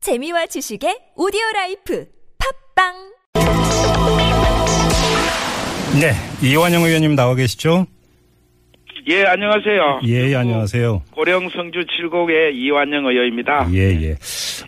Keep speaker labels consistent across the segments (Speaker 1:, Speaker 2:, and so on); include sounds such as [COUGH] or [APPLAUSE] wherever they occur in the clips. Speaker 1: 재미와 지식의 오디오 라이프 팝빵
Speaker 2: 네, 이완영 의원님 나와 계시죠?
Speaker 3: 예, 안녕하세요.
Speaker 2: 예, 안녕하세요.
Speaker 3: 고령 성주 7곡의 이완영 의원입니다.
Speaker 2: 예, 예.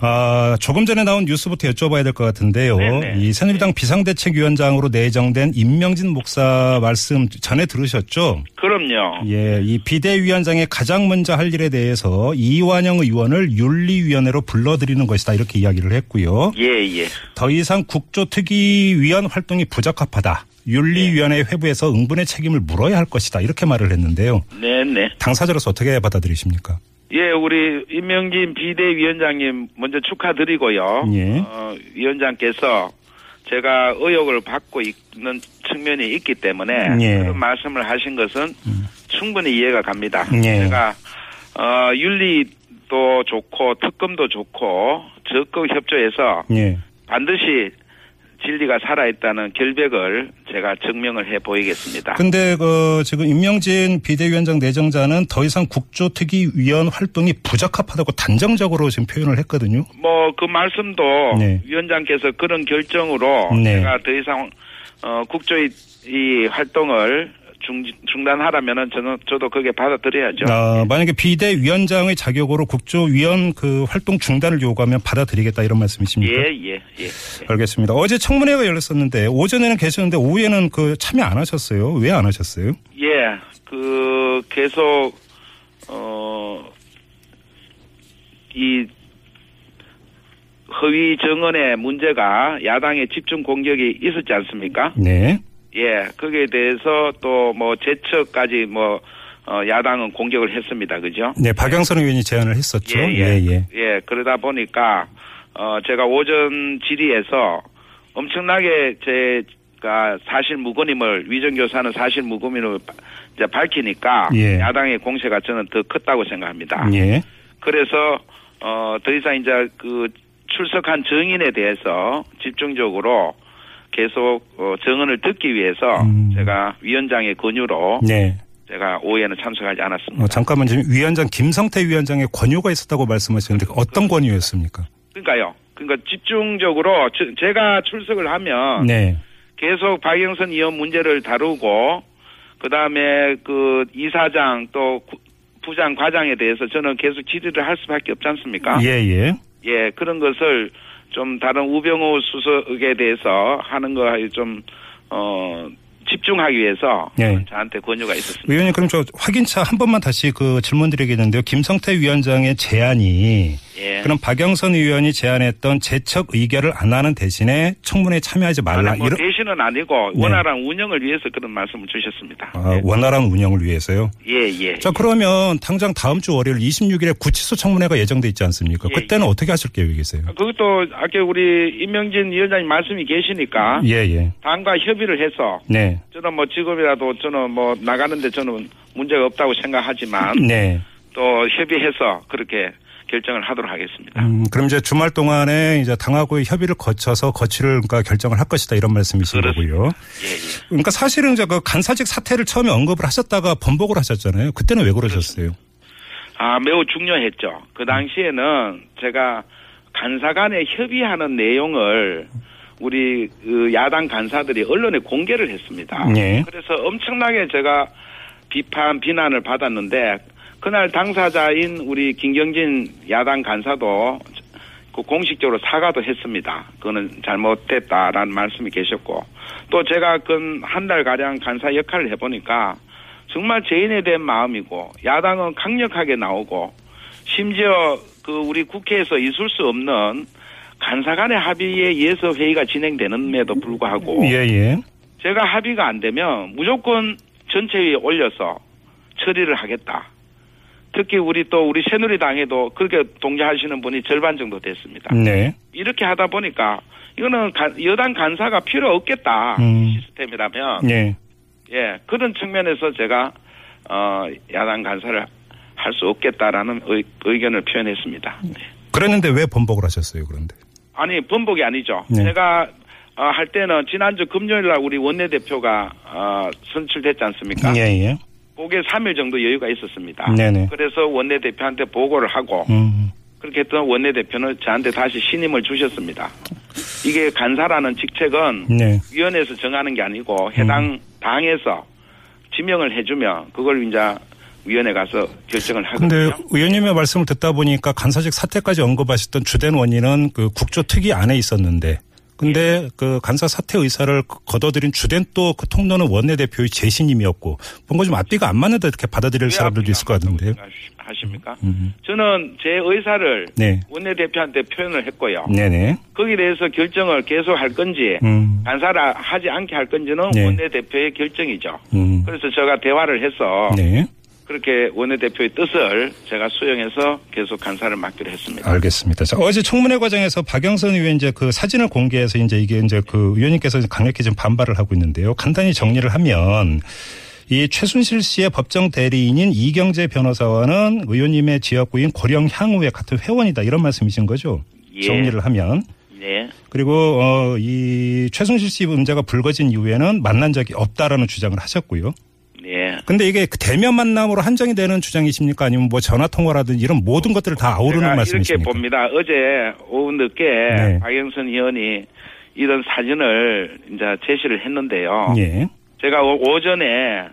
Speaker 2: 아, 조금 전에 나온 뉴스부터 여쭤봐야 될 것 같은데요.
Speaker 3: 네네.
Speaker 2: 이 새누리당 비상대책위원장으로 내정된 임명진 목사 말씀 전에 들으셨죠?
Speaker 3: 그럼요.
Speaker 2: 예, 이 비대위원장의 가장 먼저 할 일에 대해서 이완영 의원을 윤리위원회로 불러들이는 것이다. 이렇게 이야기를 했고요.
Speaker 3: 예, 예.
Speaker 2: 더 이상 국조특위위원 활동이 부적합하다. 윤리위원회 회부에서 응분의 책임을 물어야 할 것이다. 이렇게 말을 했는데요.
Speaker 3: 네, 네.
Speaker 2: 당사자로서 어떻게 받아들이십니까?
Speaker 3: 예, 우리 임명진 비대위원장님 먼저 축하드리고요.
Speaker 2: 예.
Speaker 3: 어, 위원장께서 제가 의혹을 받고 있는 측면이 있기 때문에
Speaker 2: 예. 음.
Speaker 3: 그런 말씀을 하신 것은 충분히 이해가 갑니다.
Speaker 2: 예.
Speaker 3: 제가 어, 윤리도 좋고 특검도 좋고 적극 협조해서
Speaker 2: 예.
Speaker 3: 반드시 진리가 살아있다는 결백을 제가 증명을 해 보이겠습니다.
Speaker 2: 근데 그 지금 임명진 비대위원장 내정자는 더 이상 국조특위위원 활동이 부적합하다고 단정적으로 지금 표현을 했거든요.
Speaker 3: 뭐 그 말씀도
Speaker 2: 네.
Speaker 3: 위원장께서 그런 결정으로
Speaker 2: 네.
Speaker 3: 제가 더 이상 어, 국조의 이 활동을 중, 중단하라면은 저는 저도 그게 받아들여야죠. 예.
Speaker 2: 아, 만약에 비대위원장의 자격으로 국조위원 그 활동 중단을 요구하면 받아들이겠다 이런 말씀이십니까?
Speaker 3: 예, 예, 예.
Speaker 2: 알겠습니다. 어제 청문회가 열렸었는데 오전에는 계셨는데 오후에는 그 참여 안 하셨어요. 왜 안 하셨어요?
Speaker 3: 예. 그 계속 어 이 허위 정언의 문제가 야당의 집중 공격이 있었지 않습니까?
Speaker 2: 네.
Speaker 3: 예, 거기에 대해서 또 뭐 제척까지 뭐 어, 야당은 공격을 했습니다. 그죠?
Speaker 2: 네, 박영선 의원이 제안을 했었죠.
Speaker 3: 예. 예, 예, 그러다 보니까 어, 제가 오전 질의에서 엄청나게 제가 사실 무근임을 위정교사는 사실 무근임을 바- 이제 밝히니까
Speaker 2: 예.
Speaker 3: 야당의 공세가 저는 더 컸다고 생각합니다.
Speaker 2: 예.
Speaker 3: 그래서 어, 더 이상 이제 그 출석한 증인에 대해서 집중적으로 계속 어, 증언을 듣기 위해서
Speaker 2: 음.
Speaker 3: 제가 위원장의 권유로
Speaker 2: 네.
Speaker 3: 제가 오후에는 참석하지 않았습니다.
Speaker 2: 어, 잠깐만 지금 위원장 김성태 위원장의 권유가 있었다고 말씀하셨는데 어떤 권유였습니까?
Speaker 3: 그러니까요. 그러니까 집중적으로 저- 제가 출석을 하면
Speaker 2: 네.
Speaker 3: 계속 박영선 의원 문제를 다루고 그다음에 그 이사장 또 구- 부장 과장에 대해서 저는 계속 질의를 할 수밖에 없지 않습니까?
Speaker 2: 예, 예.
Speaker 3: 예, 그런 것을 좀 다른 우병우 수석에 대해서 하는 거에 좀, 어, 집중하기 위해서
Speaker 2: 예.
Speaker 3: 저는 저한테 권유가 있었습니다.
Speaker 2: 의원님 그럼 저 확인차 한 번만 다시 그 질문 드리겠는데요. 김성태 위원장의 제안이
Speaker 3: 예.
Speaker 2: 그럼 박영선 의원이 제안했던 재척 의결을 안 하는 대신에 청문회에 참여하지 말라.
Speaker 3: 아니, 뭐
Speaker 2: 이런
Speaker 3: 대신은 아니고
Speaker 2: 네.
Speaker 3: 원활한 운영을 위해서 그런 말씀을 주셨습니다.
Speaker 2: 아, 원활한 운영을 위해서요.
Speaker 3: 예, 예.
Speaker 2: 자 그러면 당장 다음 주 월요일 26일에 구치소 청문회가 예정돼 있지 않습니까?
Speaker 3: 예,
Speaker 2: 그때는 어떻게 하실 계획이세요?
Speaker 3: 그것도 아까 우리 임명진 위원장님 말씀이 계시니까
Speaker 2: 예, 예.
Speaker 3: 당과 협의를 해서
Speaker 2: 네.
Speaker 3: 저는 뭐 지금이라도 저는 뭐 나가는데 저는 문제가 없다고 생각하지만
Speaker 2: 네.
Speaker 3: 또 협의해서 그렇게 결정을 하도록 하겠습니다.
Speaker 2: 음, 그럼 이제 주말 동안에 이제 당하고의 협의를 거쳐서 거취를 그러니까 결정을 할 것이다 이런 말씀이신 거고요.
Speaker 3: 예, 예.
Speaker 2: 그러니까 사실은 이제 그 간사직 사태를 처음에 언급을 하셨다가 번복을 하셨잖아요. 그때는 왜 그러셨어요?
Speaker 3: 아, 매우 중요했죠. 그 당시에는 제가 간사 간에 협의하는 내용을 우리 그 야당 간사들이 언론에 공개를 했습니다.
Speaker 2: 네.
Speaker 3: 그래서 엄청나게 제가 비판, 비난을 받았는데 그날 당사자인 우리 김경진 야당 간사도 그 공식적으로 사과도 했습니다. 그거는 잘못됐다라는 말씀이 계셨고 또 제가 근 한 달 가량 간사 역할을 해보니까 정말 죄인에 대한 마음이고 야당은 강력하게 나오고 심지어 그 우리 국회에서 있을 수 없는 간사 간의 합의에 의해서 회의가 진행되는데도 불구하고
Speaker 2: 예, 예.
Speaker 3: 제가 합의가 안 되면 무조건 전체 위에 올려서 처리를 하겠다. 특히 우리 또 우리 새누리당에도 그렇게 동조하시는 분이 절반 정도 됐습니다.
Speaker 2: 네.
Speaker 3: 이렇게 하다 보니까 이거는 간- 여당 간사가 필요 없겠다
Speaker 2: 음.
Speaker 3: 시스템이라면
Speaker 2: 예.
Speaker 3: 예 그런 측면에서 제가 어 야당 간사를 할 수 없겠다라는 의, 의견을 표현했습니다.
Speaker 2: 음.
Speaker 3: 네.
Speaker 2: 그랬는데 왜 번복을 하셨어요, 그런데?
Speaker 3: 아니 번복이 아니죠.
Speaker 2: 네.
Speaker 3: 제가 어, 할 때는 지난주 금요일 날 우리 원내대표가 어, 선출됐지 않습니까?
Speaker 2: 예, 예.
Speaker 3: 그게 3일 정도 여유가 있었습니다.
Speaker 2: 네네.
Speaker 3: 그래서 원내대표한테 보고를 하고
Speaker 2: 음.
Speaker 3: 그렇게 했던 원내대표는 저한테 다시 신임을 주셨습니다. 이게 간사라는 직책은
Speaker 2: 네.
Speaker 3: 위원회에서 정하는 게 아니고 해당
Speaker 2: 음.
Speaker 3: 당에서 지명을 해주면 그걸 이제 위원회 가서 결정을
Speaker 2: 근데
Speaker 3: 하거든요.
Speaker 2: 의원님의 말씀을 듣다 보니까 간사직 사태까지 언급하셨던 주된 원인은 그 국조특위 안에 있었는데 근데
Speaker 3: 예.
Speaker 2: 그 간사 사퇴 의사를 거- 거둬들인 주된 또 그 통로는 원내대표의 재신임이었고 뭔가 좀 앞뒤가 안 맞는다 이렇게 받아들일 사람들도 있을 것 같은데요.
Speaker 3: 하십니까? 저는 제 의사를
Speaker 2: 음. 네.
Speaker 3: 원내대표한테 표현을 했고요.
Speaker 2: 네네.
Speaker 3: 거기에 대해서 결정을 계속 할 건지
Speaker 2: 음.
Speaker 3: 간사라 하지 않게 할 건지는
Speaker 2: 네.
Speaker 3: 원내대표의 결정이죠.
Speaker 2: 음.
Speaker 3: 그래서 제가 대화를 해서
Speaker 2: 네.
Speaker 3: 그렇게 원내대표의 뜻을 제가 수용해서 계속 간사를 맡기로 했습니다.
Speaker 2: 알겠습니다. 자, 어제 청문회 과정에서 박영선 의원 이제 그 사진을 공개해서 이제 이게 이제 그 의원님께서 이제 강력히 지금 반발을 하고 있는데요. 간단히 정리를 하면 이 최순실 씨의 법정 대리인인 이경재 변호사와는 의원님의 지역구인 고령향후의 같은 회원이다 이런 말씀이신 거죠?
Speaker 3: 예.
Speaker 2: 정리를 하면
Speaker 3: 네.
Speaker 2: 그리고 어, 이 최순실 씨 문제가 불거진 이후에는 만난 적이 없다라는 주장을 하셨고요.
Speaker 3: 네.
Speaker 2: 근데 이게 그 대면 만남으로 한정이 되는 주장이십니까? 아니면 뭐 전화 통화라든지 이런 모든 것들을 다
Speaker 3: 제가
Speaker 2: 아우르는 말씀이십니까?
Speaker 3: 이렇게 봅니다. 어제 오후 늦게
Speaker 2: 네.
Speaker 3: 박영선 의원이 이런 사진을 이제 제시를 했는데요.
Speaker 2: 예.
Speaker 3: 제가 오- 오전에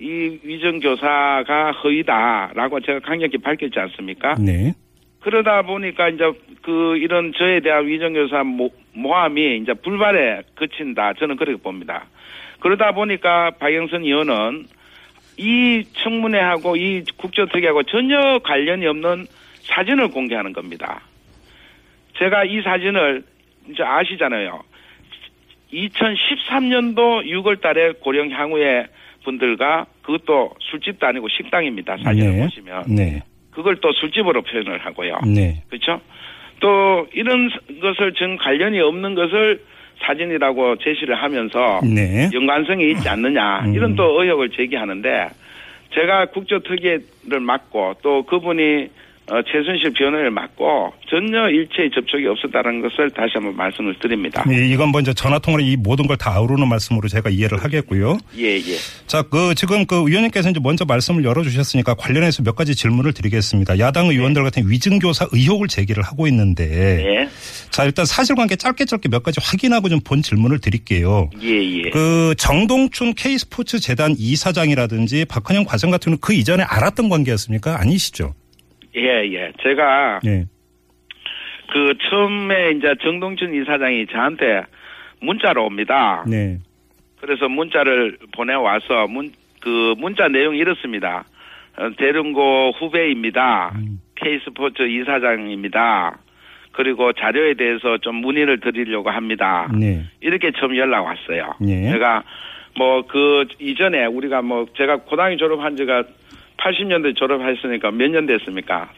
Speaker 3: 이 위증교사가 허위다라고 제가 강력히 밝혔지 않습니까?
Speaker 2: 네.
Speaker 3: 그러다 보니까 이제 그 이런 저에 대한 위정교사 모- 모함이 이제 불발에 그친다. 저는 그렇게 봅니다. 그러다 보니까 박영선 의원은 이 청문회하고 이 국조특위하고 전혀 관련이 없는 사진을 공개하는 겁니다. 제가 이 사진을 이제 아시잖아요. 2013년도 6월 달에 고령 향후에 분들과 그것도 술집도 아니고 식당입니다. 사진을
Speaker 2: 네.
Speaker 3: 보시면.
Speaker 2: 네.
Speaker 3: 그걸 또 술집으로 표현을 하고요.
Speaker 2: 네.
Speaker 3: 그렇죠? 또 이런 것을 전 관련이 없는 것을 사진이라고 제시를 하면서
Speaker 2: 네. 음.
Speaker 3: 연관성이 있지 않느냐 이런 또 의혹을 제기하는데 제가 국조특위를 맡고 또 그분이 어, 최순실 변호를 맡고 전혀 일체의 접촉이 없었다는 것을 다시 한번 말씀을 드립니다.
Speaker 2: 네, 이- 이건 먼저 전화 통화로 이 모든 걸 다 아우르는 말씀으로 제가 이해를 하겠고요.
Speaker 3: 예, 예.
Speaker 2: 자, 그 지금 그 의원님께서 이제 먼저 말씀을 열어주셨으니까 관련해서 몇 가지 질문을 드리겠습니다. 야당 의원들 같은 위증교사 의혹을 제기를 하고 있는데,
Speaker 3: 예,
Speaker 2: 자 일단 사실관계 짧게 짧게 몇 가지 확인하고 좀 본 질문을 드릴게요.
Speaker 3: 예, 예.
Speaker 2: 그 정동춘 K스포츠 재단 이사장이라든지 박헌영 과장 같은 경우는 그 이전에 알았던 관계였습니까? 아니시죠?
Speaker 3: 예, 예. 제가
Speaker 2: 예.
Speaker 3: 그 처음에 이제 정동춘 이사장이 저한테 문자로 옵니다.
Speaker 2: 네.
Speaker 3: 그래서 문자를 보내와서 문, 그 문자 내용이 이렇습니다. 어, 대lun고 후배입니다.
Speaker 2: 음.
Speaker 3: K스포츠 이사장입니다. 그리고 자료에 대해서 좀 문의를 드리려고 합니다.
Speaker 2: 네.
Speaker 3: 이렇게 처음 연락 왔어요.
Speaker 2: 예.
Speaker 3: 제가 뭐 그 이전에 우리가 뭐 제가 고등학교 졸업한 지가 80년대 졸업했으니까 몇 년 됐습니까?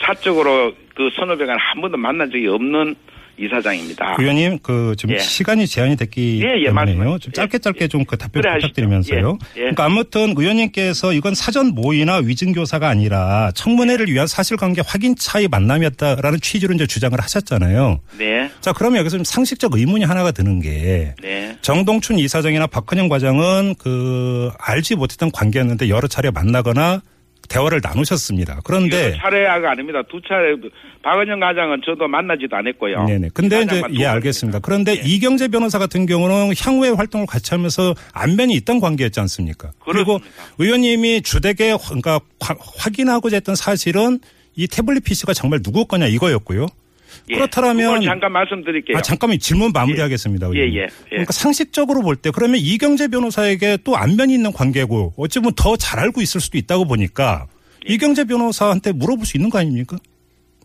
Speaker 3: 사적으로 그 선후배간 한 번도 만난 적이 없는 이사장입니다.
Speaker 2: 의원님 그 지금
Speaker 3: 예.
Speaker 2: 시간이 제한이 됐기
Speaker 3: 예, 예,
Speaker 2: 때문에요.
Speaker 3: 말씀하세요.
Speaker 2: 좀
Speaker 3: 예,
Speaker 2: 짧게 짧게 좀 그 답변
Speaker 3: 그래 하시죠.
Speaker 2: 부탁드리면서요.
Speaker 3: 예, 예.
Speaker 2: 그러니까 아무튼 의원님께서 이건 사전 모의나 위증교사가 아니라 청문회를 위한 사실관계 확인 차이 만남이었다라는 취지로 이제 주장을 하셨잖아요.
Speaker 3: 네,
Speaker 2: 자 그러면 여기서 좀 상식적 의문이 하나가 드는 게
Speaker 3: 네,
Speaker 2: 정동춘 이사장이나 박헌영 과장은 그 알지 못했던 관계였는데 여러 차례 만나거나 대화를 나누셨습니다. 그런데
Speaker 3: 이거 차례가 아닙니다. 두 차례 박은영 과장은 저도 만나지도 않았고요.
Speaker 2: 네네. 근데 이제
Speaker 3: 과장만 두
Speaker 2: 예
Speaker 3: 번입니다.
Speaker 2: 알겠습니다. 그런데 이경재 변호사 같은 경우는 향후에 활동을 같이 하면서 안면이 있던 관계였지 않습니까? 그리고
Speaker 3: 그렇습니다.
Speaker 2: 의원님이 주택에 확- 그러니까 화- 확인하고자 했던 사실은 이 태블릿 PC가 정말 누구 거냐 이거였고요.
Speaker 3: 예.
Speaker 2: 그렇다면
Speaker 3: 그걸 잠깐 말씀드릴게요.
Speaker 2: 아 잠깐만 질문 마무리하겠습니다.
Speaker 3: 예,
Speaker 2: 의원님.
Speaker 3: 예, 예.
Speaker 2: 그러니까 상식적으로 볼 때 그러면 이경재 변호사에게 또 안면이 있는 관계고 어찌 보면 더 잘 알고 있을 수도 있다고 보니까
Speaker 3: 예.
Speaker 2: 이경재 변호사한테 물어볼 수 있는 거 아닙니까?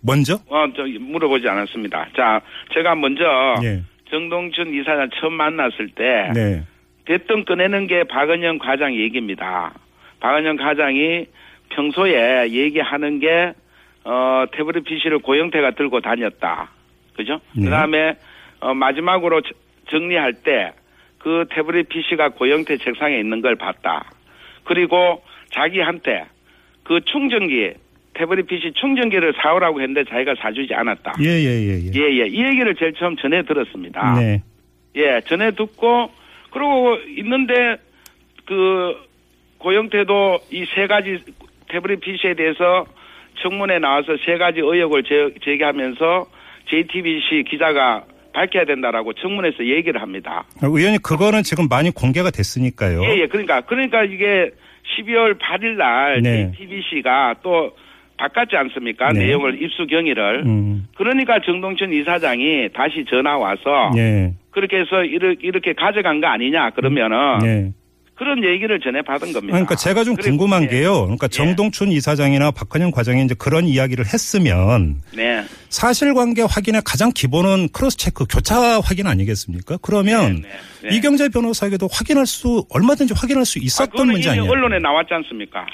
Speaker 2: 먼저?
Speaker 3: 어, 저 물어보지 않았습니다. 자, 제가 먼저
Speaker 2: 예.
Speaker 3: 정동춘 이사장 처음 만났을 때
Speaker 2: 네.
Speaker 3: 대뜸 꺼내는 게 박은영 과장 얘기입니다. 박은영 과장이 평소에 얘기하는 게 어, 태블릿 PC를 고영태가 들고 다녔다. 그죠?
Speaker 2: 네.
Speaker 3: 그다음에 어, 마지막으로 저- 정리할 때 그 태블릿 PC가 고영태 책상에 있는 걸 봤다. 그리고 자기한테 그 충전기 태블릿 PC 충전기를 사오라고 했는데 자기가 사주지 않았다.
Speaker 2: 예, 예, 예, 예.
Speaker 3: 예, 예. 이 얘기를 제일 처음 전해 들었습니다.
Speaker 2: 네.
Speaker 3: 예, 전에 듣고 그러고 있는데 그 고영태도 이 세 가지 태블릿 PC에 대해서 청문회 나와서 세 가지 의혹을 제, 제기하면서 JTBC 기자가 밝혀야 된다라고 청문회에서 얘기를 합니다.
Speaker 2: 의원님 그거는 지금 많이 공개가 됐으니까요.
Speaker 3: 예, 예, 그러니까, 그러니까 이게 12월 8일 날
Speaker 2: 네.
Speaker 3: JTBC가 또 바꿨지 않습니까?
Speaker 2: 네.
Speaker 3: 내용을 입수 경위를.
Speaker 2: 음.
Speaker 3: 그러니까 정동춘 이사장이 다시 전화 와서
Speaker 2: 예.
Speaker 3: 그렇게 해서 이렇게, 이렇게 가져간 거 아니냐 그러면은
Speaker 2: 예.
Speaker 3: 그런 얘기를 전해 받은 겁니다.
Speaker 2: 그러니까 제가 좀
Speaker 3: 어. 그리고-
Speaker 2: 궁금한
Speaker 3: 예,
Speaker 2: 게요. 그러니까 정동춘 이사장이나 박헌영 과장이 이제 그런 이야기를 했으면
Speaker 3: 네.
Speaker 2: 사실관계 확인의 가장 기본은 크로스체크 교차 확인 아니겠습니까? 그러면
Speaker 3: 네, 네, 네.
Speaker 2: 이경재 변호사에게도 확인할 수 얼마든지 확인할 수
Speaker 3: 아,
Speaker 2: 있었던
Speaker 3: 그거는
Speaker 2: 문제
Speaker 3: 이미
Speaker 2: 아니에요?
Speaker 3: 언론에 나왔지 않습니까?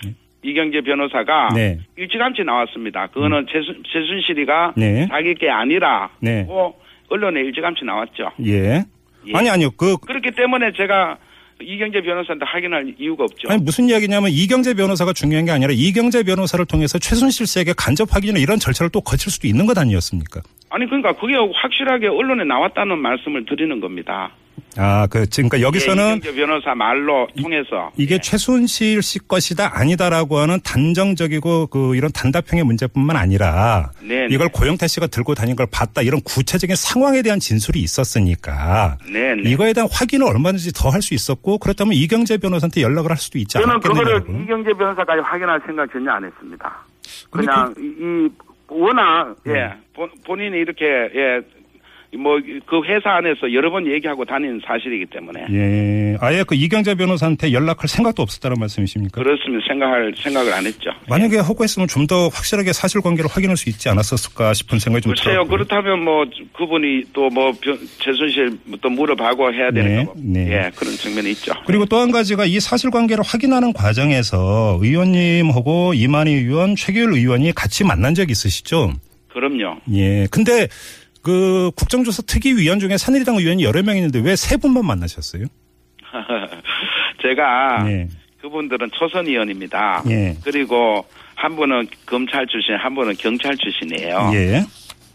Speaker 3: 이경재 변호사가
Speaker 2: 네. 음.
Speaker 3: 일찌감치 나왔습니다. 그거는 최순, 최순실이가
Speaker 2: 네.
Speaker 3: 자기 게 아니라
Speaker 2: 네.
Speaker 3: 고 언론에 일찌감치 나왔죠.
Speaker 2: 예.
Speaker 3: 예.
Speaker 2: 아니 아니요. 그
Speaker 3: 그렇기 때문에 제가 이경재 변호사한테 확인할 이유가 없죠.
Speaker 2: 아니 무슨 이야기냐면 이경재 변호사가 중요한 게 아니라 이경재 변호사를 통해서 최순실 씨에게 간접 확인이나 이런 절차를 또 거칠 수도 있는 것 아니었습니까?
Speaker 3: 아니 그러니까 그게 확실하게 언론에 나왔다는 말씀을 드리는 겁니다.
Speaker 2: 아, 그 그러니까
Speaker 3: 예,
Speaker 2: 여기서는
Speaker 3: 이경재 변호사 말로 통해서
Speaker 2: 이게 최순실 씨 것이다 아니다라고 하는 단정적이고 그 이런 단답형의 문제뿐만 아니라
Speaker 3: 네네.
Speaker 2: 이걸 고영태 씨가 들고 다닌 걸 봤다 이런 구체적인 상황에 대한 진술이 있었으니까
Speaker 3: 네네.
Speaker 2: 이거에 대한 확인을 얼마든지 더 할 수 있었고 그렇다면 이경재 변호사한테 연락을 할 수도 있지
Speaker 3: 저는 그거를
Speaker 2: 않겠느냐고.
Speaker 3: 이경재 변호사까지 확인할 생각 전혀 안 했습니다.
Speaker 2: 근데 네.
Speaker 3: 그냥 이, 이 워낙 예 본, 본인이 이렇게 예 뭐 그 회사 안에서 여러 번 얘기하고 다니는 사실이기 때문에
Speaker 2: 예, 아예 그 이경재 변호사한테 연락할 생각도 없었다는 말씀이십니까?
Speaker 3: 그렇습니다. 생각할 생각을 안 했죠.
Speaker 2: 만약에 허구했으면 좀 더 확실하게 사실관계를 확인할 수 있지 않았었을까 싶은 생각이 좀
Speaker 3: 글쎄요.
Speaker 2: 들어요.
Speaker 3: 그렇다면 뭐 그분이 또 뭐 최순실 뭐 또 물어봐고 해야
Speaker 2: 네,
Speaker 3: 되는 거
Speaker 2: 네.
Speaker 3: 예 그런 측면이 있죠.
Speaker 2: 그리고 또 한 가지가 이 사실관계를 확인하는 과정에서 의원님하고 이만희 의원, 최규일 의원이 같이 만난 적 있으시죠?
Speaker 3: 그럼요. [LAUGHS]
Speaker 2: 예. 근데 그 국정조사 특위위원 중에 새누리당 의원이 여러 명 있는데 왜 세 분만 만나셨어요?
Speaker 3: 제가
Speaker 2: 예.
Speaker 3: 그분들은 초선 의원입니다.
Speaker 2: 예.
Speaker 3: 그리고 한 분은 검찰 출신, 한 분은 경찰 출신이에요.
Speaker 2: 예.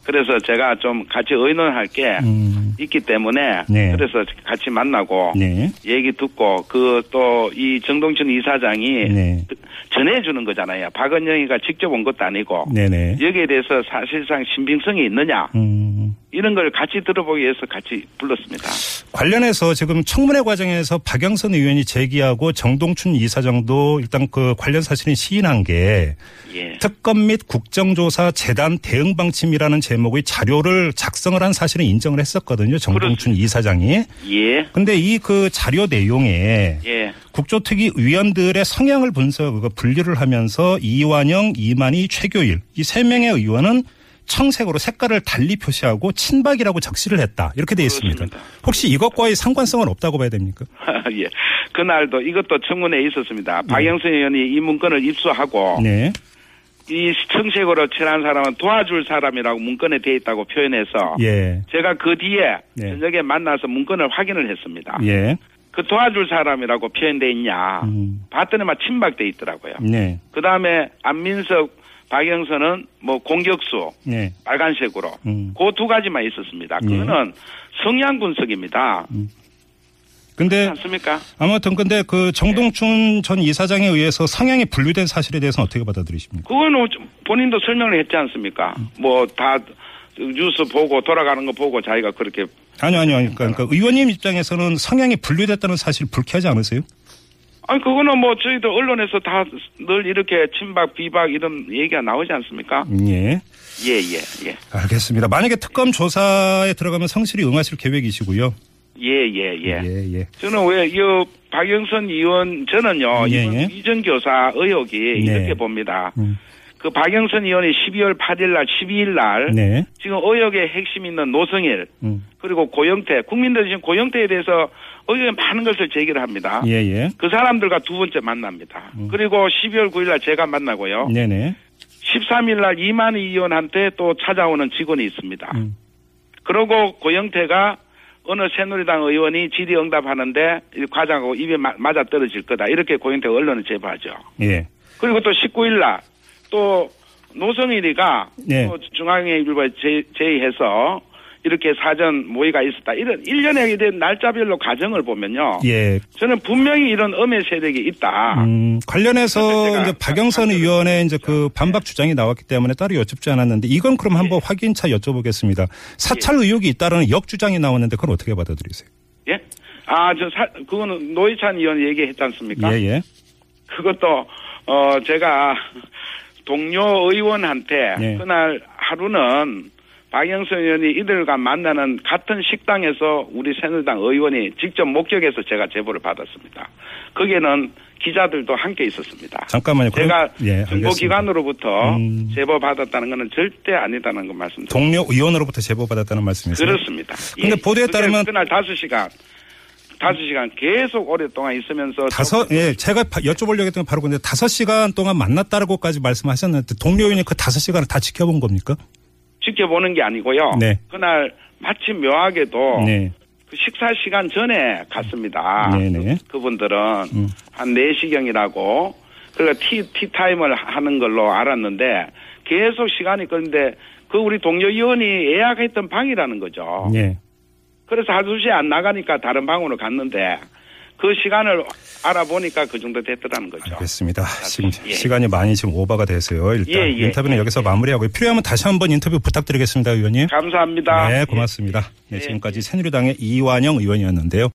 Speaker 3: 그래서 제가 좀 같이 의논할 게
Speaker 2: 음.
Speaker 3: 있기 때문에
Speaker 2: 네.
Speaker 3: 그래서 같이 만나고
Speaker 2: 네.
Speaker 3: 얘기 듣고 그 또 이 정동춘 이사장이
Speaker 2: 네.
Speaker 3: 그- 전해주는 거잖아요. 박은영이가 직접 온 것도 아니고
Speaker 2: 네네.
Speaker 3: 여기에 대해서 사실상 신빙성이 있느냐
Speaker 2: 음.
Speaker 3: 이런 걸 같이 들어보기 위해서 같이 불렀습니다.
Speaker 2: 관련해서 지금 청문회 과정에서 박영선 의원이 제기하고 정동춘 이사장도 일단 그 관련 사실은 시인한 게
Speaker 3: 예.
Speaker 2: 특검 및 국정조사 재단 대응 방침이라는 제목의 자료를 작성을 한 사실은 인정을 했었거든요. 정동춘 이사장이.
Speaker 3: 예.
Speaker 2: 근데 이 그 자료 내용에
Speaker 3: 예. [LAUGHS]
Speaker 2: 국조특위 위원들의 성향을 분석, 그 분류를 하면서 이완영, 이만희, 최교일 이 세 명의 의원은 청색으로 색깔을 달리 표시하고 친박이라고 적시를 했다 이렇게 돼 있습니다.
Speaker 3: 그렇습니다.
Speaker 2: 혹시 이것과의 상관성은 없다고 봐야 됩니까?
Speaker 3: 예. 그날도 이것도 청문회에 있었습니다. 박영선 의원이 이 문건을 입수하고
Speaker 2: 네,
Speaker 3: 이 청색으로 칠한 사람은 도와줄 사람이라고 문건에 돼 있다고 표현해서
Speaker 2: 예,
Speaker 3: 제가 그 뒤에
Speaker 2: 네.
Speaker 3: 저녁에 만나서 문건을 확인을 했습니다.
Speaker 2: 예,
Speaker 3: 그 도와줄 사람이라고 표현돼 있냐
Speaker 2: 음.
Speaker 3: 봤더니 막 침박돼 있더라고요.
Speaker 2: 네,
Speaker 3: 그 다음에 안민석, 박영선은 뭐 공격수
Speaker 2: 네,
Speaker 3: 빨간색으로
Speaker 2: 음.
Speaker 3: 그 두 가지만 있었습니다.
Speaker 2: 예. 음.
Speaker 3: 그거는 성향 분석입니다. 그렇지
Speaker 2: 근데
Speaker 3: 않습니까?
Speaker 2: 아무튼 근데 그 정동춘 전 이사장에 의해서 성향이 분류된 사실에 대해서는 어떻게 받아들이십니까?
Speaker 3: 그거는 좀 본인도 설명을 했지 않습니까?
Speaker 2: 음.
Speaker 3: 뭐 다 뉴스 보고 돌아가는 거 보고 자기가 그렇게
Speaker 2: 아니요, 아니요. 그러니까, 그러니까 의원님 입장에서는 성향이 분류됐다는 사실 불쾌하지 않으세요?
Speaker 3: 아니 그거는 뭐 저희들 언론에서 다 늘 이렇게 친박 비박 이런 얘기가 나오지 않습니까?
Speaker 2: 예.
Speaker 3: 예 예 예.
Speaker 2: 알겠습니다. 만약에 특검 조사에 들어가면 성실히 응하실 계획이시고요.
Speaker 3: 예, 예, 예.
Speaker 2: 예, 예.
Speaker 3: 저는 왜, 이 박영선 의원, 저는요,
Speaker 2: 예,
Speaker 3: 이번
Speaker 2: 예.
Speaker 3: 이전교사 의혹이
Speaker 2: 네.
Speaker 3: 이렇게 봅니다.
Speaker 2: 음.
Speaker 3: 그 박영선 의원이 12월 8일 날, 12일 날,
Speaker 2: 네.
Speaker 3: 지금 의혹의 핵심 있는 노성일,
Speaker 2: 음.
Speaker 3: 그리고 고영태, 국민들이 지금 고영태에 대해서 의혹의 많은 것을 제기를 합니다.
Speaker 2: 예, 음. 예.
Speaker 3: 그 사람들과 두 번째 만납니다. 그리고 12월 9일 날 제가
Speaker 2: 어?
Speaker 3: 만나고요.
Speaker 2: 네네.
Speaker 3: 13일 날 이만희 의원한테 또 찾아오는 직원이 있습니다.
Speaker 2: 음.
Speaker 3: 그러고 고영태가 어느 새누리당 의원이 질의응답하는데 이 과장하고 입에 맞아 떨어질 거다 이렇게 고영태 가 언론에 제보하죠.
Speaker 2: 예.
Speaker 3: 그리고 또 19일 날 또 노성일이가
Speaker 2: 네.
Speaker 3: 또 중앙일보에 제- 제의해서 이렇게 사전 모의가 있었다. 이런 일련의 이런 날짜별로 가정을 보면요.
Speaker 2: 예.
Speaker 3: 저는 분명히 이런 엄의 세력이 있다.
Speaker 2: 음, 관련해서
Speaker 3: 아. 제가 아,
Speaker 2: 이제 박영선
Speaker 3: 말씀드린
Speaker 2: 의원의 이제 그
Speaker 3: 아, 예.
Speaker 2: 반박 주장이 나왔기 때문에 따로 여쭙지 않았는데 이건 그럼 한번 확인차 여쭤보겠습니다. 사찰 의혹이 있다라는 역주장이 나왔는데 그걸 어떻게 받아들이세요?
Speaker 3: 예? 아, 저 사, 그거는 노희찬 의원 얘기했지 않습니까?
Speaker 2: 예, 예.
Speaker 3: 그것도 어 제가 동료 의원한테
Speaker 2: 예.
Speaker 3: 그날 하루는 박영선 의원이 이들과 만나는 같은 식당에서 우리 새누리당 의원이 직접 목격해서 제가 제보를 받았습니다. 거기에는 기자들도 함께 있었습니다.
Speaker 2: 잠깐만요. 그럼-
Speaker 3: 제가
Speaker 2: 예, 알겠습니다.
Speaker 3: 정보기관으로부터
Speaker 2: 음.
Speaker 3: 제보 받았다는 것은 절대 아니다는 거 말씀드립니다.
Speaker 2: 동료 의원으로부터 제보받았다는 말씀이세요?
Speaker 3: 그렇습니다.
Speaker 2: 근데 보도에
Speaker 3: 그게
Speaker 2: 따르면-
Speaker 3: 그날 다섯 시간 다섯 시간 계속 오랫동안 있으면서
Speaker 2: 다섯 예 제가 바- 여쭤보려고 했던 건 바로 근데 다섯 시간 동안 만났다라고까지 말씀하셨는데 동료이니 그 다섯 시간을 다 지켜본 겁니까?
Speaker 3: 지켜보는 게 아니고요.
Speaker 2: 네.
Speaker 3: 그날 마침 묘하게도
Speaker 2: 네.
Speaker 3: 그 식사 시간 전에 갔습니다.
Speaker 2: 네네. 음.
Speaker 3: 그, 분들은한 4시경이라고 그러니까 티, 티타임을 하는 걸로 알았는데 계속 시간이 그런데 그 우리 동료 의원이 예약했던 방이라는 거죠.
Speaker 2: 예.
Speaker 3: 그래서 한두시에안 나가니까 다른 방으로 갔는데 그 시간을 알아보니까 그 정도 됐더라는 거죠.
Speaker 2: 알겠습니다. 아, 지금
Speaker 3: 예.
Speaker 2: 시간이 많이 지금 오버가 돼서요. 일단
Speaker 3: 예, 예.
Speaker 2: 인터뷰는 여기서 마무리하고 필요하면 다시 한번 인터뷰 부탁드리겠습니다, 의원님.
Speaker 3: 감사합니다.
Speaker 2: 네, 고맙습니다. 네,
Speaker 3: 예.
Speaker 2: 지금까지 새누리당의 이완영 의원이었는데요.